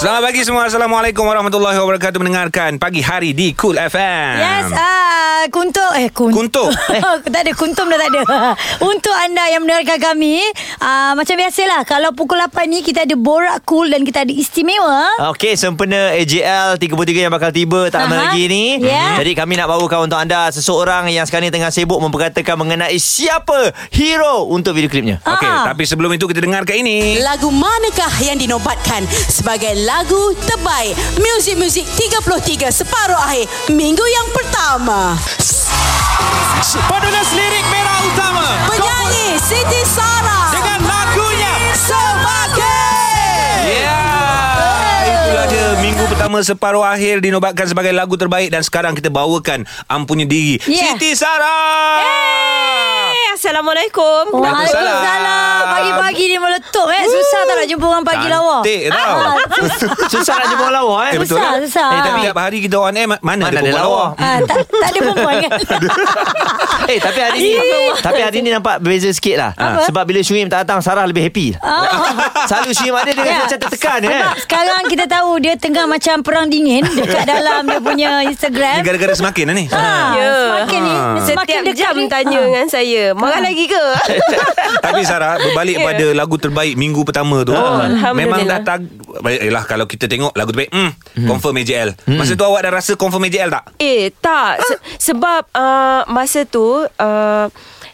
Selamat pagi semua Assalamualaikum warahmatullahi wabarakatuh Mendengarkan pagi hari di Cool FM Yes, ah, kuntum eh kun, Oh, Kuntum. tak ada kuntum dah tak ada. Untuk anda yang mendengarkan kami, ah, macam biasalah kalau pukul 8 ni kita ada borak cool dan kita ada istimewa. Okey, sempena AJL 33 yang bakal tiba tak Aha. lama lagi ni. Ya. Jadi kami nak bawakan untuk anda seseorang yang sekarang ni tengah sibuk memperkatakan mengenai siapa hero untuk video klipnya. Ah. Okey, tapi sebelum itu kita dengarkan ini Lagu manakah yang dinobatkan sebagai lagu terbaik Music Music 33 separuh akhir minggu yang pertama. Penulis lirik Merah Utama Penyanyi Siti Sarah dengan lagunya sebagai Yeah Ya. Itulah dia Minggu pertama separuh akhir Dinobatkan sebagai lagu terbaik Dan sekarang kita bawakan Ampunya diri Yeah. Siti Sarah Assalamualaikum. Waalaikumsalam. Pagi-pagi ni meletup eh. Susah tak nak jumpa orang pagi lawa. Ah, Cantik tau Susah nak jumpa lawa eh. Eh, betul susah, kan? susah. Eh, tapi tiap hari kita on air ma- Mana, Mana ada ada perempuan lawa? Ah, tak, tak ada perempuan kan? Eh, tapi hari ni tapi hari ni nampak beza sikit lah. Apa? Oh. Sebab bila Syuim tak datang, Sarah lebih happy. Selalu Syuim ada dia rasa Ya. macam tertekan eh. Sebab sekarang kita tahu dia tengah macam perang dingin dekat dalam dia punya Ni Instagram. gara-gara semakin lah ni Ah, Ya. Semakin ni semakin Setiap dekat jam ni. tanya Ah. dengan saya Marah lagi ke? Tapi Sarah Berbalik Yeah. pada lagu terbaik Minggu pertama tu Ya. Oh, Alhamdulillah. Memang dah tag eh, Yelah kalau kita tengok Lagu terbaik hmm, Confirm AJL Masa tu awak dah rasa Confirm AJL tak? eh Ha. tak Se- Sebab uh, masa tu uh,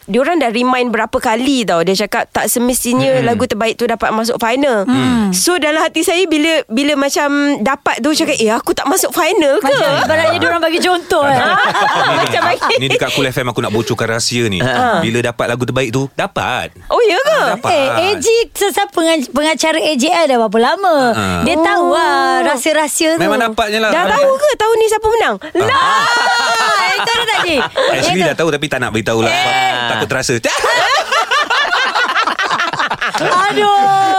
Diorang dah remind berapa kali tau Dia cakap tak semestinya hmm. lagu terbaik tu dapat masuk final hmm. So dalam hati saya bila bila macam dapat tu cakap Eh aku tak masuk final ke? Macam Ah, ibaratnya dia orang bagi contoh eh. Ah. Macam bagi Ni dekat Cool FM Aku nak bocorkan rahsia ni Ah. Bila dapat lagu terbaik tu Dapat Oh ya ke? Dapat Eh, AJ sesama pengan- pengacara AJL dah berapa lama. Ah. Dia tahu Oh. lah rahsia-rahsia tu. Memang dapatnya lah Dah tahu ke tahun ni siapa menang? Lah Ah, itu ada tak, Ji? Actually Yang dah tahu Tapi tak nak beritahu lah sebab Eh. Takut terasa Ah. tu- Aduh.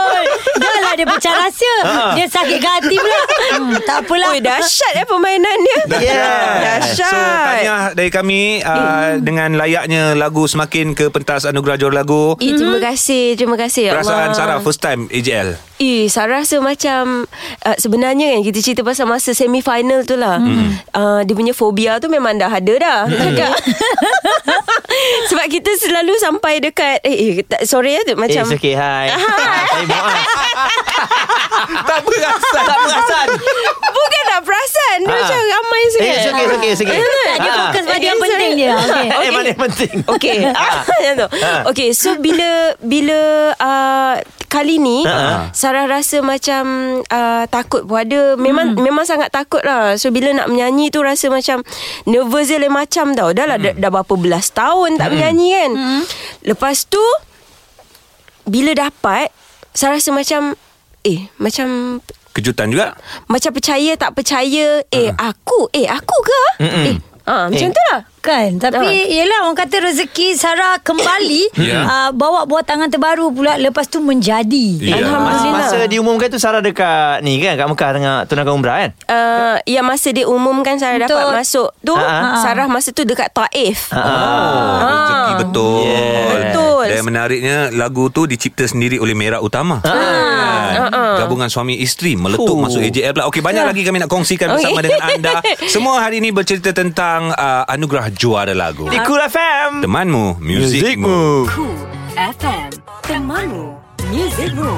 Dah lah dia pecah rahsia. Ah. Dia sakit hati pula. Hmm, tak apalah. Oi dahsyat eh permainan dia Yeah. Dahsyat Eh. So tahniah dari kami uh, Dengan layaknya lagu Semakin ke pentas Anugerah Juara Lagu Eh, terima kasih, terima kasih. ya Perasaan Allah. Sarah First time AJL Eh, Sarah rasa macam uh, sebenarnya kan kita cerita pasal masa semi final tu lah. Hmm. Uh, dia punya fobia tu memang dah ada dah. Hmm. Cakap. Sebab kita selalu sampai dekat eh, eh tak, sorry ya Eh, macam it's okay. Hai. Saya maaf. tak perasan. Tak perasan. bukan nak perasan dia Ah. macam ramai Eh, sangat. it's okay, it's okay, it's okay. Tak, dia Ah. fokus pada yang Okay, penting sorry. dia. Okay. Eh, mana yang penting. Okey. Ah, Ah, Macam tu. Ha. Okey, so bila bila uh, kali ni Ha. Sarah rasa macam uh, takut pun ada. Memang memang sangat takut lah. So bila nak menyanyi tu rasa macam nervous dia lain macam tau. Dah lah dah, dah berapa belas tahun tak menyanyi kan. Lepas tu bila dapat Sarah rasa macam eh macam Kejutan juga macam percaya tak percaya eh aku eh aku ke eh ah macam tu lah Kan Tapi Ah. Yelah orang kata rezeki Sarah kembali Ya. yeah. uh, Bawa buah tangan terbaru pula Lepas tu menjadi Ya. Masa, Alhamdulillah. masa diumumkan tu Sarah dekat ni kan kat Mekah tengah tunangkan umrah kan? uh, yang masa dia umumkan Sarah Betul. Betul. dapat masuk tu Ha-ha. Sarah masa tu dekat Taif. Ah. Oh, rezeki betul. Yeah. Betul. Dan menariknya lagu tu dicipta sendiri oleh Merah Utama. Ah. Gabungan suami isteri meletup Oh. masuk AJL pula. Okey, banyak lagi kami nak kongsikan bersama Okey. dengan anda. Semua hari ini bercerita tentang uh, anugerah juara lagu. Di Cool FM. Temanmu, muzikmu. Muzikmu. Cool FM, temanmu, muzikmu.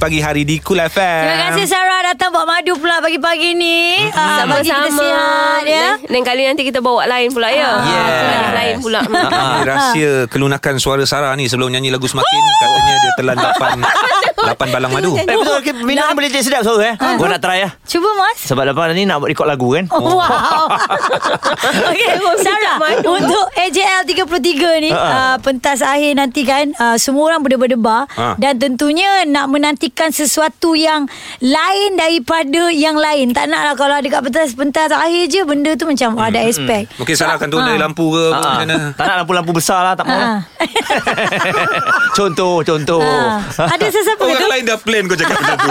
Pagi hari di Cool FM. Terima kasih Sarah datang bawa madu pula pagi-pagi ni. Ah, bagi kita sihat ya. Dan, dan kali nanti kita bawa lain pula ya. Yes. Lain- Lain pula. Ah, rahsia kelunakan suara Sarah ni sebelum nyanyi lagu Semakin katanya dia telan 8 8 balang madu. Eh betul ke minum boleh jadi sedap suara eh? Gua nak try lah. Cuba Mas. Sebab lepas ni nak buat rekod lagu kan? Oh, wow. okay, Sarah, untuk AJL Ha, ah, 33 ni, uh, pentas akhir nanti kan, uh, ah, semua orang berdebar-debar Ah. dan tentunya nak menanti memastikan sesuatu yang lain daripada yang lain. Tak naklah kalau dekat pentas-pentas akhir je benda tu macam hmm, ada expect. Mungkin salahkan tu dari lampu ke apa Ah, macam mana. tak nak lampu-lampu besar lah Tak mau Ha. lah. Contoh Contoh ha. Ada sesiapa Orang kata lain dah plan kau cakap macam tu.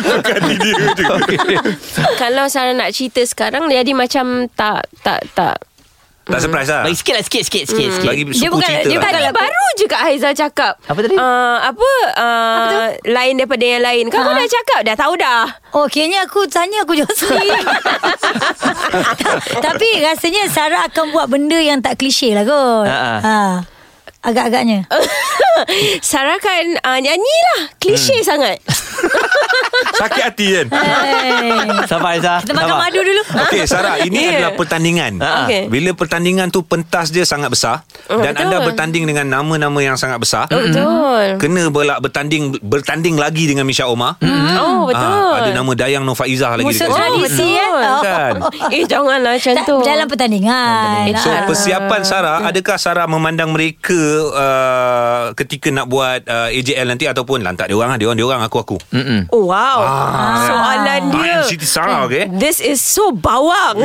Bukan diri dia je. Kalau Sarah nak cerita sekarang Jadi macam tak Tak tak Tak surprise lah. Bagi sikit lah Sikit sikit sikit, Hmm. sikit. Bagi Dia suku bukan- cerita dia lah. bukan- Tadi Kalau- baru je Kak Haiza cakap Apa tadi? Uh, apa, uh, apa Lain daripada yang lain Kamu Ha. dah cakap Dah tahu dah Oh kayaknya aku tanya aku jawab sendiri Tapi rasanya Sarah akan buat benda yang tak klise lah kot Ha, ha. ha. Agak-agagnya Sarah kan uh, Nyanyi lah Klise hmm. sangat Sakit hati kan? Hey. Sabar Aizah Kita makan madu dulu Okey Sarah Ini Ya. adalah pertandingan Ah, ah. Okey. Bila pertandingan tu Pentas dia sangat besar Oh, Dan betul. Oh. anda bertanding Dengan nama-nama yang sangat besar Betul Kena belak bertanding Bertanding lagi dengan Misha Omar Ah, Oh betul Oh, Ada nama Dayang Nur Faizah lagi Musuh dekat situ. tradisi betul. ya Kan? Eh janganlah macam tu Dalam pertandingan So Ah. persiapan Sarah Adakah Sarah memandang mereka uh, Ketika nak buat uh, AJL nanti Ataupun lantak dia orang lah Dia orang, dia orang aku-aku Oh wow Soalan dia Eh. Ya. I'm Siti Sarah okay Ah, This is so bawang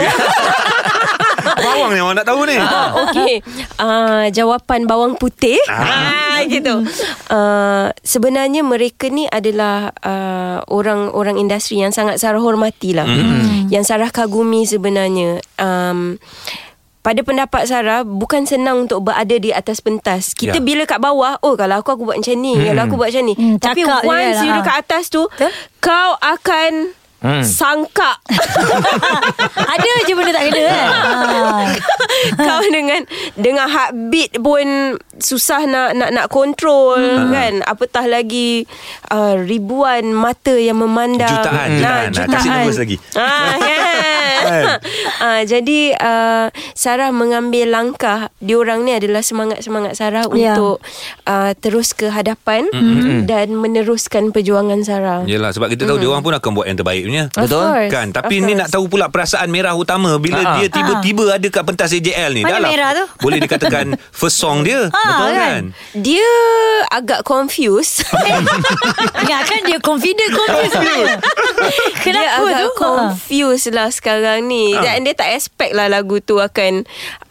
Bawang yang orang nak tahu ni Ah, Okey. Uh, jawapan bawang putih. Ah, gitu. Uh, sebenarnya mereka ni adalah uh, orang-orang industri yang sangat Sarah hormati lah. Hmm. Mm. Yang Sarah kagumi sebenarnya. Um, pada pendapat Sarah bukan senang untuk berada di atas pentas. Kita Ya. bila kat bawah, oh kalau aku aku buat macam ni, kalau aku buat macam ni. Hmm, Tapi cakap je once lah. you dekat atas tu, Betul. kau akan sangka Ada je benda tak kena kan Ah. kau dengan dengan heartbeat pun susah nak nak nak kontrol hmm. kan Ah. apatah lagi uh, ribuan mata yang memandang Jutaan, jutaan. Ah, kasih numbers lagi. ah kan ah jadi uh, Sarah mengambil langkah diorang ni adalah semangat-semangat Sarah Ya. yeah. untuk uh, terus ke hadapan Mm-hmm. dan meneruskan perjuangan Sarah Yelah sebab kita tahu dia orang pun akan buat yang terbaik punya. Hmm. Of Betul. course. Kan tapi Of ni course. Ah. nak tahu pula perasaan merah utama bila Ha. dia tiba-tiba ada kat pentas AJL ni. Mana Dah lah. merah tu? Boleh dikatakan first song dia. Betul kan? kan? dia agak confused Ingatkan dia confident Confident sebenarnya dia Kenapa agak tu confused lah sekarang ni ha. Dan dia tak expect lah lagu tu akan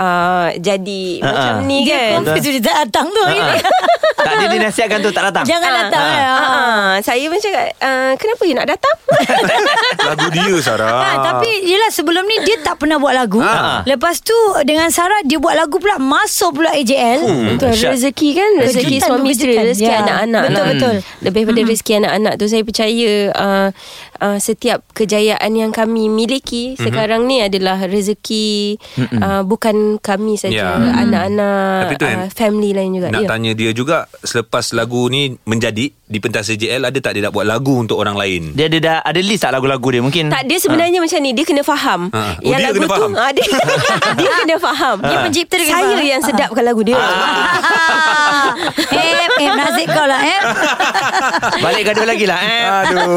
uh, Jadi Ha, macam ha. ni Dia kan confident dia tak datang tu hari ni. Tak dia dinasihatkan tu tak datang Jangan Ah, datang ah, kan? ah, Ah. ah. Saya pun cakap uh, Kenapa you nak datang? Lagu dia Ah. Sarah. Ha, tapi yelah sebelum ni dia tak pernah buat lagu. Ha. Lepas tu dengan Sarah dia buat lagu pula masuk pula AJL. Hmm. Betul Dahsyat. rezeki kan Rezeki Kejutan suami isteri berkejutan. Rezeki Ya. anak-anak Betul, lah. betul. Lebih pada rezeki anak-anak tu Saya percaya uh, uh, Setiap kejayaan yang kami miliki Sekarang ni adalah rezeki uh, Bukan kami Ya. saja Mm. Anak-anak Tapi tu kan, uh, Family lain juga Nak Ya. tanya dia juga selepas lagu ni menjadi di pentas AJL ada tak dia nak buat lagu untuk orang lain? Dia ada dah Ada list tak lagu-lagu dia Mungkin Tak dia sebenarnya ha. macam ni Dia kena faham Ha. Hmm. Ah. Oh, dia kena faham? Ah. tu, ha, dia, dia kena faham Dia pencipta dia kena Saya faham. yang sedapkan lagu dia Ah. eh, eh nasib kau lah eh. Balik gaduh lagi lah eh. Aduh.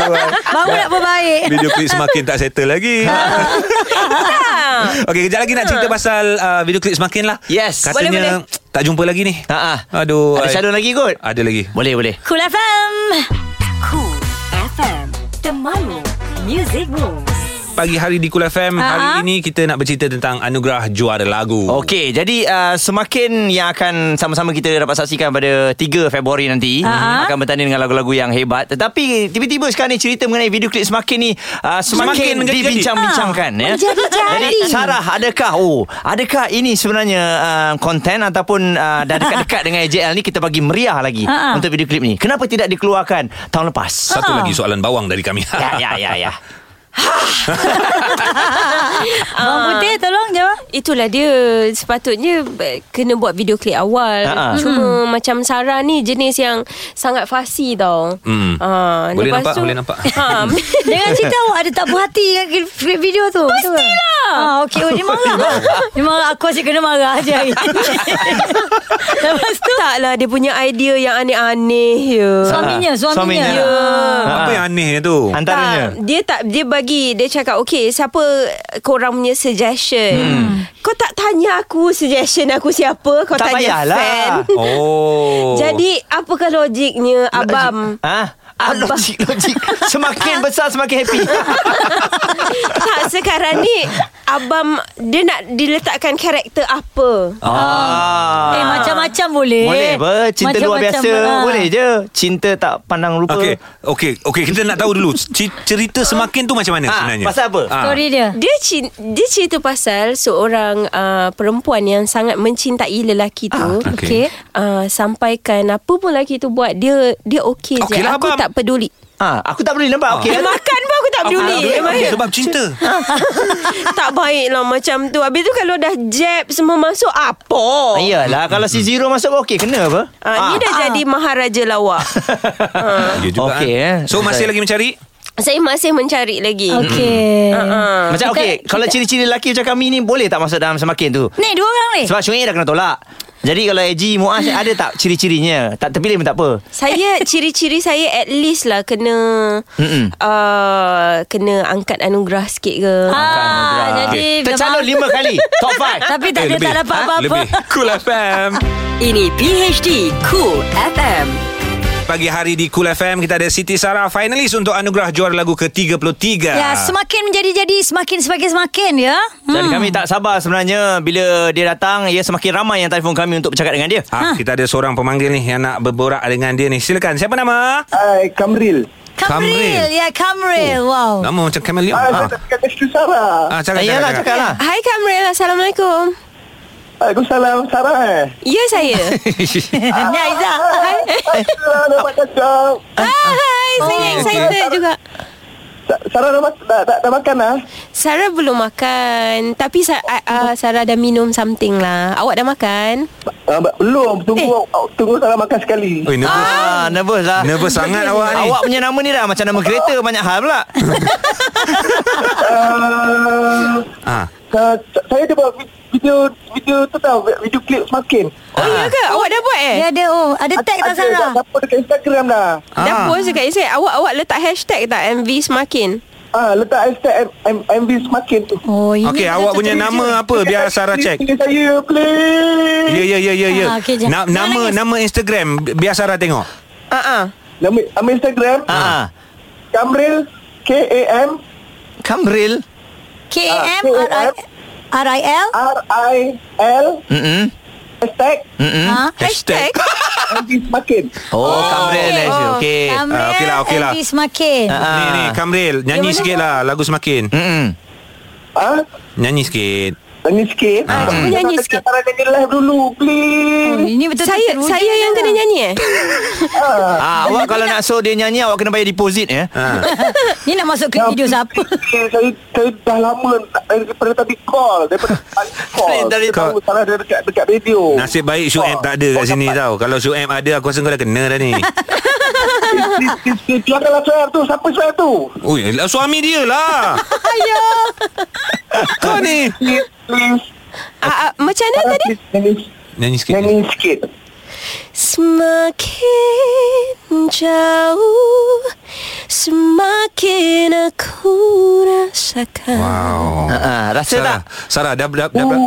Baru nak berbaik. Video klip semakin tak settle lagi. Ha. Okey, kejap lagi nak cerita pasal uh, video klip semakin lah. Yes. Katanya Boleh, tak jumpa lagi ni. Ha, ha. Aduh. eh. Ah. Ada I- shadow lagi kot Ada lagi. Boleh boleh Cool FM. Cool FM Temanmu Music Moves Pagi hari di Kul FM Ha, Hari ini kita nak bercerita tentang Anugerah Juara Lagu Okey, jadi uh, semakin yang akan sama-sama kita dapat saksikan pada 3 Februari nanti uh-huh. akan bertanding dengan lagu-lagu yang hebat. Tetapi tiba-tiba sekarang ni cerita mengenai video klip semakin ni uh, Semakin semakin, menjadi-jadi. dibincang-bincangkan Ha, Ah, ya. menjadi-jadi. Jadi Sarah, adakah oh, adakah ini sebenarnya uh, konten ataupun uh, dah dekat-dekat dengan AJL ni kita bagi meriah lagi Ah, ah. untuk video klip ni. Kenapa tidak dikeluarkan tahun Ha. lepas? Satu lagi soalan bawang dari kami Ha. Ya ya ya ya. Ah. Bang Putih tolong jawab. Itulah dia Sepatutnya eh, Kena buat video klip Ah, awal Ha, ha. Cuma macam Sarah ni Jenis yang Sangat fasi tau Hmm. Ah, Boleh lepas nampak, boleh nampak. Ha, Dengan cerita awak ada tak puas hati dengan klip- klip video tu. Pastilah. Ah, Ah, okey. Oh, dia marah. dia marah. Aku asyik kena marah je hari ni. Lepas tu, Taklah dia punya idea yang aneh-aneh ya. suaminya, suaminya. Suaminya. Ya. Apa yang anehnya tu? Ha. Antaranya. Tak, dia tak dia bagi dia cakap okey siapa korang punya suggestion. Hmm. Kau tak tanya aku suggestion aku siapa, kau Tak tanya payahlah. fan. Oh. Jadi apakah logiknya abam? Ah, ah Abang. logik logik. Semakin besar semakin happy. tak sekarang ni abam dia nak diletakkan karakter apa? ah. Eh, macam-macam boleh. Boleh apa Cinta luar Macam-macam, biasa ah. Boleh je Cinta tak pandang rupa Okey, okey, okey kita nak tahu dulu c- cerita semakin tu macam mana Ah, sebenarnya? pasal apa? Ah. Story dia. Dia cin- dia cerita pasal seorang uh, perempuan yang sangat mencintai lelaki tu. Ah, okey. Uh, sampaikan apa pun lelaki tu buat dia dia okey okay je. Okeylah, aku abang. tak peduli. ah, Aku tak boleh nampak Okey kan? Dia Eh, makan pun aku tak peduli. Okey, Memang dia- sebab cinta. tak baik lah macam tu. Habis tu kalau dah jab semua masuk apa? Ah, Iyalah Kalau si Zero masuk Okey kena apa Uh, ah. Ni dah jadi maharaja lawak. Ya juga. Okey, ah. eh. So masih lagi mencari? Eh, Saya masih mencari lagi. Okey. Uh-uh. Macam okey Kalau ciri-ciri lelaki macam kami ni Boleh tak masuk dalam semakin tu Ni, dua orang ni. Sebab Syuib dah kena tolak Jadi kalau AG Muaz Ada tak ciri-cirinya Tak terpilih pun tak apa Saya ciri-ciri saya at least lah kena Mm-mm. uh, kena angkat anugerah sikit ke. Ah, jadi Kan, Tercalon memang- lima kali Top 5 Tapi tak Eh, ada lebih. tak dapat Ah, apa-apa. Lebih. Cool FM. Ini PHD Cool FM. Pagi hari di Cool FM kita ada Siti Sarah finalis untuk anugerah juara lagu ke-33. Ya, semakin menjadi-jadi, semakin semakin semakin ya. Dan Hmm. kami tak sabar sebenarnya Bila dia datang Ya semakin ramai yang telefon kami Untuk bercakap dengan dia Ha. Ah, kita ada seorang pemanggil ni yang nak berborak dengan dia ni. Silakan. Siapa nama? Hai, Kamril. Kamril, Kamril. Oh. ya Kamril. Wow. Nama macam chameleon. Ah, saya Ah, tak cakap isteri Sarah. ah cakap, Ayalah cakap, cakap lah Hai Kamril, Assalamualaikum. Waalaikumsalam, Sarah eh. Ya saya. Ni Aizah. Hai, Sarah dapat cakap. Ah, Hai, saya excited juga. Sa- Sarah dah, mak- dah, dah, dah makan lah. Sarah belum makan, tapi Sa- uh, uh, Sarah dah minum something lah. Awak dah makan? Ah, ba- Eh. belum, tunggu tunggu Sarah makan sekali. Oh, nervous. Ah, nervous lah Nervous sangat awak ni. Awak punya nama ni dah Macam nama kereta Oh. Banyak hal pula Ah, Ah. sa- sa- saya cuba vi- video video tu tau, vi- video klip semakin. Oh, ya ke? Awak dah buat eh? Dia ada oh, ada tag tak Ada Sarah? dah Siapa dekat Instagram dah. Dah post dekat Instagram. Awak awak letak hashtag tak MV semakin? Ah, letak hashtag M- M- MV semakin tu. Oh, ini Okey, ada awak satu punya video. nama apa biar Sarah Please, check. Pilih saya, please. Ya ya ya ya ya. Ah, okey, jap. Na- Jangan nama nangis. nama Instagram bi- biar Sarah tengok. Ha ah. Nama, nama Instagram, Ah, Kamril, K-A-M, Kamril K M R I Ah, R I L. R-I-L, Mm-mm. hashtag, Ha? Mm. Hashtag. MV semakin. Oh, Kamril eh, Zul. Okey Kamril. Ah, okey lah, okey lah. Andy semakin. Ni ni Kamril Yang Ah. nyanyi Ya, mana sikit tu? lah lagu semakin. ah. Mm-mm. Ah, Nyanyi sikit. Nyanyi sikit Ah, cuba nyanyi sikit. Sarah nyanyi live dulu Oh, Please ini betul Saya saya lah. yang kena nyanyi eh? Ah, awak kalau nak show dia nyanyi Awak kena bayar deposit ya Ha. Ni nak masuk ke Oh, video siapa? Eh, saya, saya dah lama tak- eh, Daripada tadi call Daripada tadi call Dari- dari- Saya tahu Sarah dia dekat, dekat radio Nasib baik Syuib tak Oh, ada kat sini tau. Kalau Syuib ada aku rasa kau dah kena dah ni. Silakanlah suara tu Siapa suara tu Ui, lah, suami dia lah. Ayuh. Kau ni. Please Please Ah, ah, macam mana Sarah, tadi? please, Nyanyi Nyanyi sikit. Nyanyi sikit Semakin jauh Semakin aku rasakan Wow. Ah, Rasa Oh. Sarah, tak? Sarah dah dah dah. dah.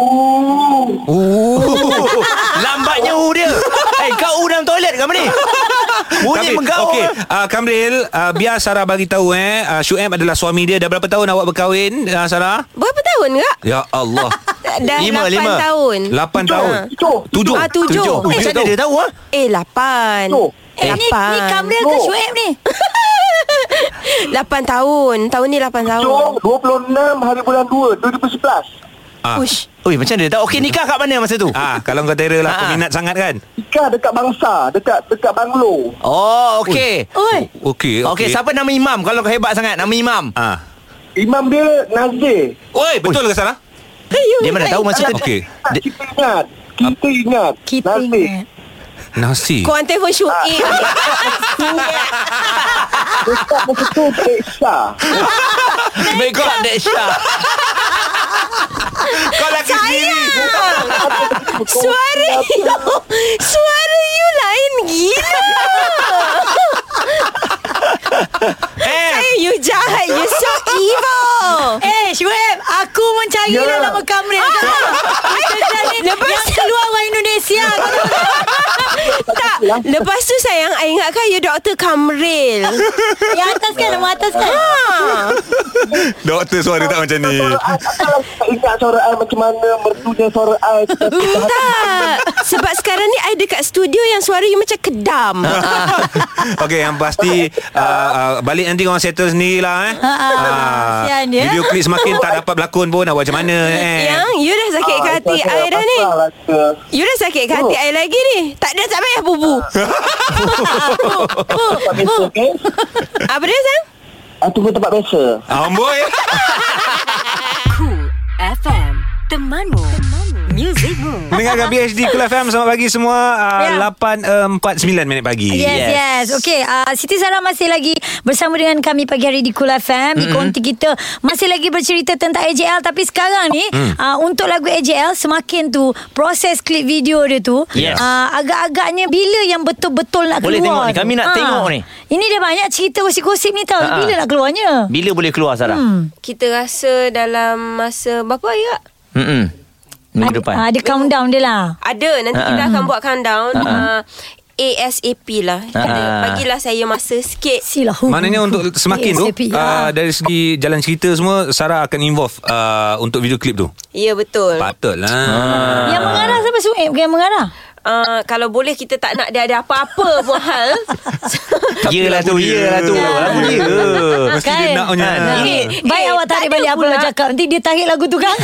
Oh, Lambatnya U dia Eh kau U dalam toilet ke apa ni Bunyi Tapi, menggaul Okey, uh, Kamril, uh, biar Sarah bagi tahu eh, uh, Syuib adalah suami dia. Dah berapa tahun awak berkahwin, uh, Sarah? Berapa tahun kak? Ya Allah. Dah Lima, 8 lima. tahun 8 tahun. Tujuh. 7. Ah, tujuh. Oh, Eh, Macam mana dia tahu ah? Eh 8 Oh. Eh, ni, ni Kamril ke No. Shuib ni? 8 tahun Tahun ni 8 tahun Jom 26 hari bulan 2 2011 Oh, Push Ui macam mana dia tahu Okey nikah kat mana masa tu Ah, kalau kau terror lah, Ah. peminat sangat kan? Nikah dekat bangsa Dekat dekat Banglo Oh okey Oi. Okey, Okey siapa nama imam Kalau kau hebat sangat Nama imam Ah. Imam dia Nazir Oi, betul ke Sarah? Dia mana tahu masa tu Okey. Tak, Kita ingat Kita ingat Kita Nazir. ingat. Nasi. Kau orang telefon Syuib Ustaz masa tu periksa Baik kau Dek Syah Kau lelaki sendiri Suara you Suara you lain gila Eh Hey, You jahat You so evil Ah. Eh, Syuib, aku mencari yeah. dalam kamera kau. Lepas yang keluar orang Indonesia. Kau tahu tak? Tak Lepas tu sayang I ingatkan you Dr. Kamril Ah, yang atas kan, nama atas kan. Doktor suara tak macam ni Kalau tak ingat suara I macam mana Mertunya suara I Tak Sebab sekarang ni I dekat studio Yang suara you macam kedam Okay yang pasti uh, uh, Balik nanti korang settle sendirilah eh. Ha, ha. ya. Kesian dia. Video klip semakin tak dapat berlakon pun Nak buat macam mana eh. Yang Ya, you dah sakit Ah, ke hati I dah ni lah You dah sakit ke hati I lagi ni Tak ada tak payah bubu Tempat biasa okay? Apa dia sayang? Ah, Tunggu tempat biasa Amboi Cool FM Temanmu Musicmu Mendengarkan PhD Cool FM Selamat pagi semua Ya. uh, yeah. 8.49 minit pagi Yes, yes. yes. Okey, uh, Siti Sarah masih lagi bersama dengan kami pagi hari di Kul FM. Mm-hmm. Konti kita masih lagi bercerita tentang AJL. Tapi sekarang ni, mm. uh, untuk lagu AJL, semakin tu proses klip video dia tu, Yes. uh, agak-agaknya bila yang betul-betul nak Boleh tengok keluar. ni. Kami nak tu? Ah. tengok ni. Ini dia banyak cerita gosip-gosip ni tau. Ha, ha. Bila nak keluarnya? Bila boleh keluar Sarah hmm. Kita rasa dalam masa berapa ya? Mm-mm. Ada- Minggu depan Ada countdown dia lah. Ada nanti Ha, kita ha. akan buat countdown Ha, ha. uh, ASAP lah. Ha, Kita ha. bagilah saya masa sikit. Silah. Maknanya untuk semakin tu ASAP, ha. uh, Dari segi jalan cerita semua Sarah akan involve uh, Untuk video klip tu Ya betul. Eh. Patut lah Ah. Yang mengarah siapa Suib? Bukan Yang mengarah. Uh, kalau boleh kita tak nak dia ada apa-apa pun hal. Yelah tu Yelah tu Lagu dia Mesti dia Ah. Kan? nak punya Ha. Okey, Baik eh, awak tak tarik ada balik apa pula. awak cakap. Nanti dia tarik lagu tu kan?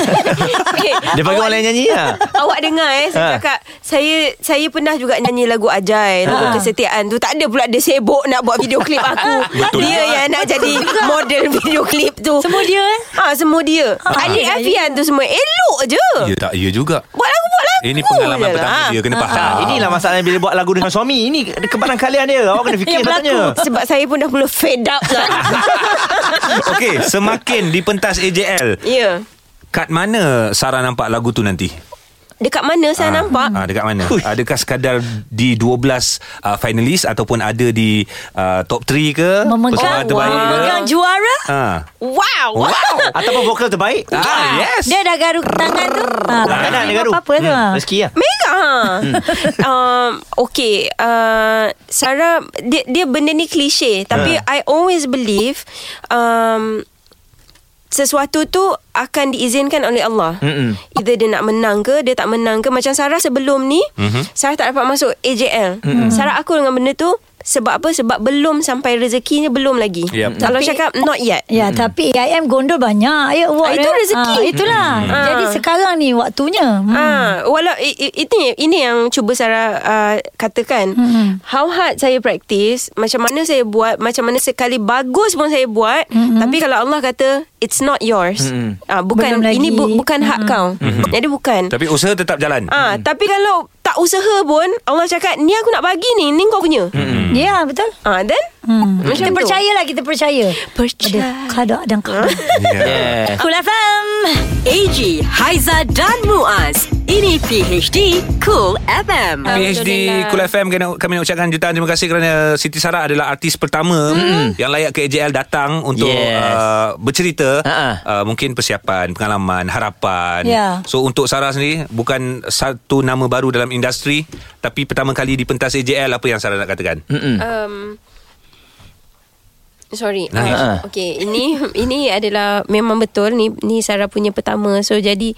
Okey, Dia panggil orang lain nyanyi Ah. lah Awak dengar eh Saya Ha. cakap Saya saya pernah juga nyanyi lagu Ajai Lagu Ha. kesetiaan tu Tak ada pula dia sibuk Nak buat video klip aku Betul Dia juga. yang nak jadi Model video klip tu Semua dia eh? Ah ha, Semua dia Ha. Adik Afian tu semua Elok je Ya tak ya juga Buat lagu buat lagu Ini pengalaman Oh, je lah. pertama dia Kena faham Ah, Inilah masalahnya bila buat lagu dengan suami Ini kebarangkalian dia Awak kena fikir patutnya Sebab saya pun dah mula fed up lah Okey Semakin di pentas AJL Ya yeah. Kat mana Sarah nampak lagu tu nanti? Dekat mana saya Ah, nampak ah, Dekat mana? Hui. Adakah sekadar di 12 uh, finalis Ataupun ada di uh, top 3 ke? Memegang, Oh, Peserta terbaik ke? memegang juara. Ah. Wow Wow Ataupun vokal terbaik Ah, yes Dia dah garuk tangan tu. Ha, tak boleh Kanan dia buat garu Apa-apa tu. Hmm, ha. Rezeki lah Mega um, Okay uh, Sarah dia, dia benda ni klise Tapi I always believe um, Sesuatu tu Akan diizinkan oleh Allah Mm-mm. Either dia nak menang ke Dia tak menang ke Macam Sarah sebelum ni mm-hmm. Sarah tak dapat masuk AJL mm-hmm. Sarah aku dengan benda tu Sebab apa Sebab belum sampai rezekinya Belum lagi Yep. Kalau Tapi- cakap not yet Ya, Hmm. tapi AIM gondol banyak. Ya, award Ah, itu dia. rezeki. Ah, itulah. Hmm. Ah. Jadi sekarang ni waktunya. Hmm. Ah, walau i- i- ini ini yang cuba Sarah uh, katakan. Mm-mm. How hard saya practice, macam mana saya buat, macam mana sekali bagus pun saya buat, Hmm. tapi kalau Allah kata it's not yours. Mm-mm. Ah, bukan Belum lagi. ini Hmm. bu- bukan hak kau. Jadi bukan. Tapi usaha tetap jalan Ah, tapi kalau tak usaha pun Allah cakap ni aku nak bagi ni, ni kau punya. Hmm. Ya, betul. Ah, then Hmm. Macam kita tu. percayalah, kita percaya. Percaya. Ada kada dan kada. Hmm. yeah. Yeah Cool FM AG Haiza dan Muaz Ini PHD Cool FM PhD Kul FM kena, Kami nak ucapkan jutaan terima kasih Kerana Siti Sarah adalah artis pertama Yang layak ke AJL datang Untuk Yes. uh, bercerita Ha-ha. uh, Mungkin persiapan, pengalaman, harapan Ya. So untuk Sarah sendiri Bukan satu nama baru dalam industri Tapi pertama kali di pentas AJL Apa yang Sarah nak katakan? Mm-mm. um Sorry. Nangis. Uh, okay, ini ini adalah memang betul ni ni Sarah punya pertama. So jadi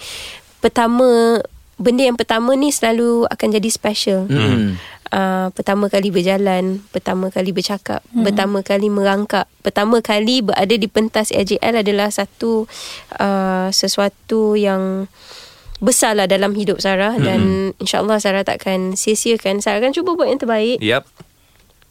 pertama benda yang pertama ni selalu akan jadi special. Mm. Uh, pertama kali berjalan, pertama kali bercakap, pertama kali merangkak, pertama kali berada di pentas AJL adalah satu uh, sesuatu yang besarlah dalam hidup Sarah dan insyaallah Sarah takkan sia-siakan. Sarah akan cuba buat yang terbaik Yep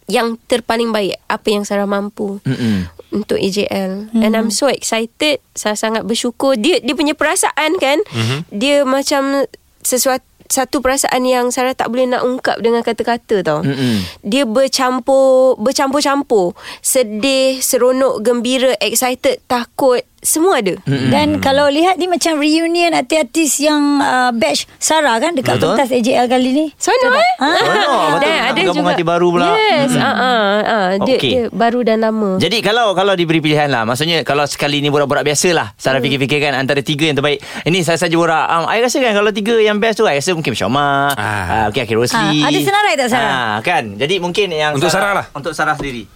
yang terpaling baik apa yang Sarah mampu Mm-mm. untuk AJL and Hmm. I'm so excited saya sangat bersyukur dia dia punya perasaan kan Hmm. dia macam sesuatu satu perasaan yang Sarah tak boleh nak ungkap dengan kata-kata tau. Mm-mm. Dia bercampur bercampur-campur, sedih, seronok, gembira, excited, takut, semua ada. Hmm. Mm-hmm. Dan kalau lihat ni macam reunion artis-artis yang uh, batch Sarah kan dekat Betul. pentas AJL kali ni. Sono eh? Ah. Sono, betul. Dan Nak ada bergabung juga hati baru pula. Yes, Mm. ah ah ah. Dia Okey. dia baru dan lama. Jadi kalau kalau diberi pilihan lah Maksudnya kalau sekali ni borak-borak biasa lah Hmm. Sarah fikir-fikir kan Antara tiga yang terbaik Ini saya saja borak um, I rasa kan kalau tiga yang best tu I rasa mungkin Syoma ah. uh, Mungkin Akhir Rosli Ah, ada senarai tak, Sarah? Ah, kan Jadi mungkin yang Untuk Sarah lah. Untuk Sarah sendiri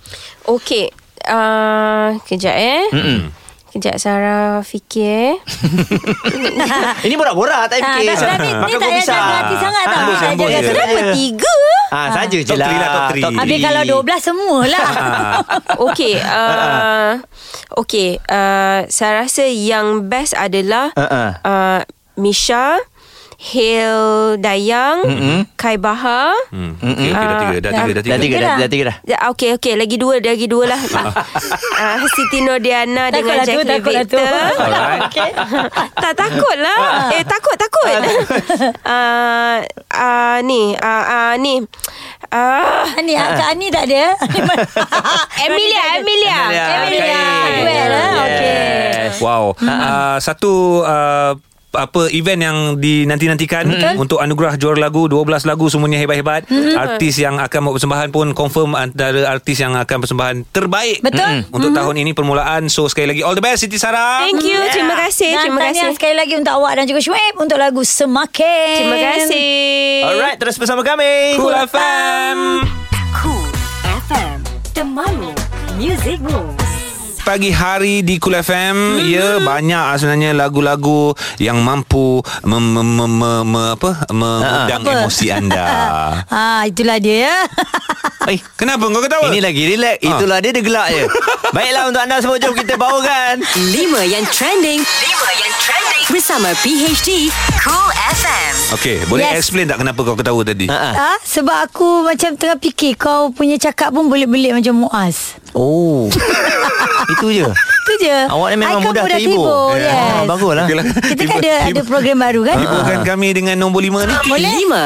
Okey. Ah, kejap eh. Mm-mm. Kejap Sarah fikir. Ini borak-borak tak Ah, fikir tak, tak, ni- ni Makan tak payah berpisah. jaga hati sangat tau. Tak Sambung, payah sambung jaga je. hati. Kenapa tiga? Ah, saja je Top lah three lah, top three. Habis kalau 12 semualah. Okey. Uh, Okey. Uh, saya rasa yang best adalah Ah, ah. uh, Misha, Hil Dayang, Mm-mm. Mm. Kai Bahar. Hmm. Okay, okay, dah tiga, dah Ah, tiga, dah tiga. Dah tiga dah, lah. dah tiga dah Ya, Okey, okey. Lagi dua, lagi dua lah. uh, Siti Nordiana dengan Takutlah lah tu, Jackie takutlah tu. Victor. Alright. tak takut lah. Eh, takut, takut. uh, uh, ni, uh, uh, ni. Uh, Ani, Kak Ani tak ada. Emilia, Emilia. Emilia, Emilia. okay. Well, ah, Yes. okey. Wow. Uh, satu uh, apa event yang dinanti-nantikan untuk anugerah juara lagu 12 lagu semuanya hebat-hebat artis yang akan buat persembahan pun confirm antara artis yang akan persembahan terbaik Mm-hmm. Betul. untuk tahun ini permulaan so sekali lagi all the best Siti Sarah Thank you. Terima kasih. Ah. Dan Terima tahniah kasih. sekali lagi untuk awak dan juga Shuib untuk lagu Semakin. Terima kasih. Alright terus bersama kami Cool FM Cool FM, The Money Music Rules. pagi hari di Cool FM hmm. ya banyak sebenarnya lagu-lagu yang mampu mem, mem, mem, mem, mem- apa mengundang Apa? emosi anda Ah, itulah dia ya. Eh, kenapa kau ketawa Ini lagi relax Ah. Itulah dia dia gelak je Baiklah untuk anda semua Jom kita kan. bawakan Lima yang trending. Lima yang trending. Bersama PHD Cool FM. Okey, boleh Yes. yes. explain tak kenapa kau ketawa tadi? Ah, ah. Ah, sebab aku macam tengah fikir kau punya cakap pun boleh-boleh macam Muaz. Oh Itu je Itu je. Awak ni memang Icon mudah Budak terhibur. Yes. Ya. Ah, baguslah. Okeylah. Kita kan Hibur- ada ada hibur- program baru kan? Hiburkan kami dengan nombor lima ni. Boleh? Lima.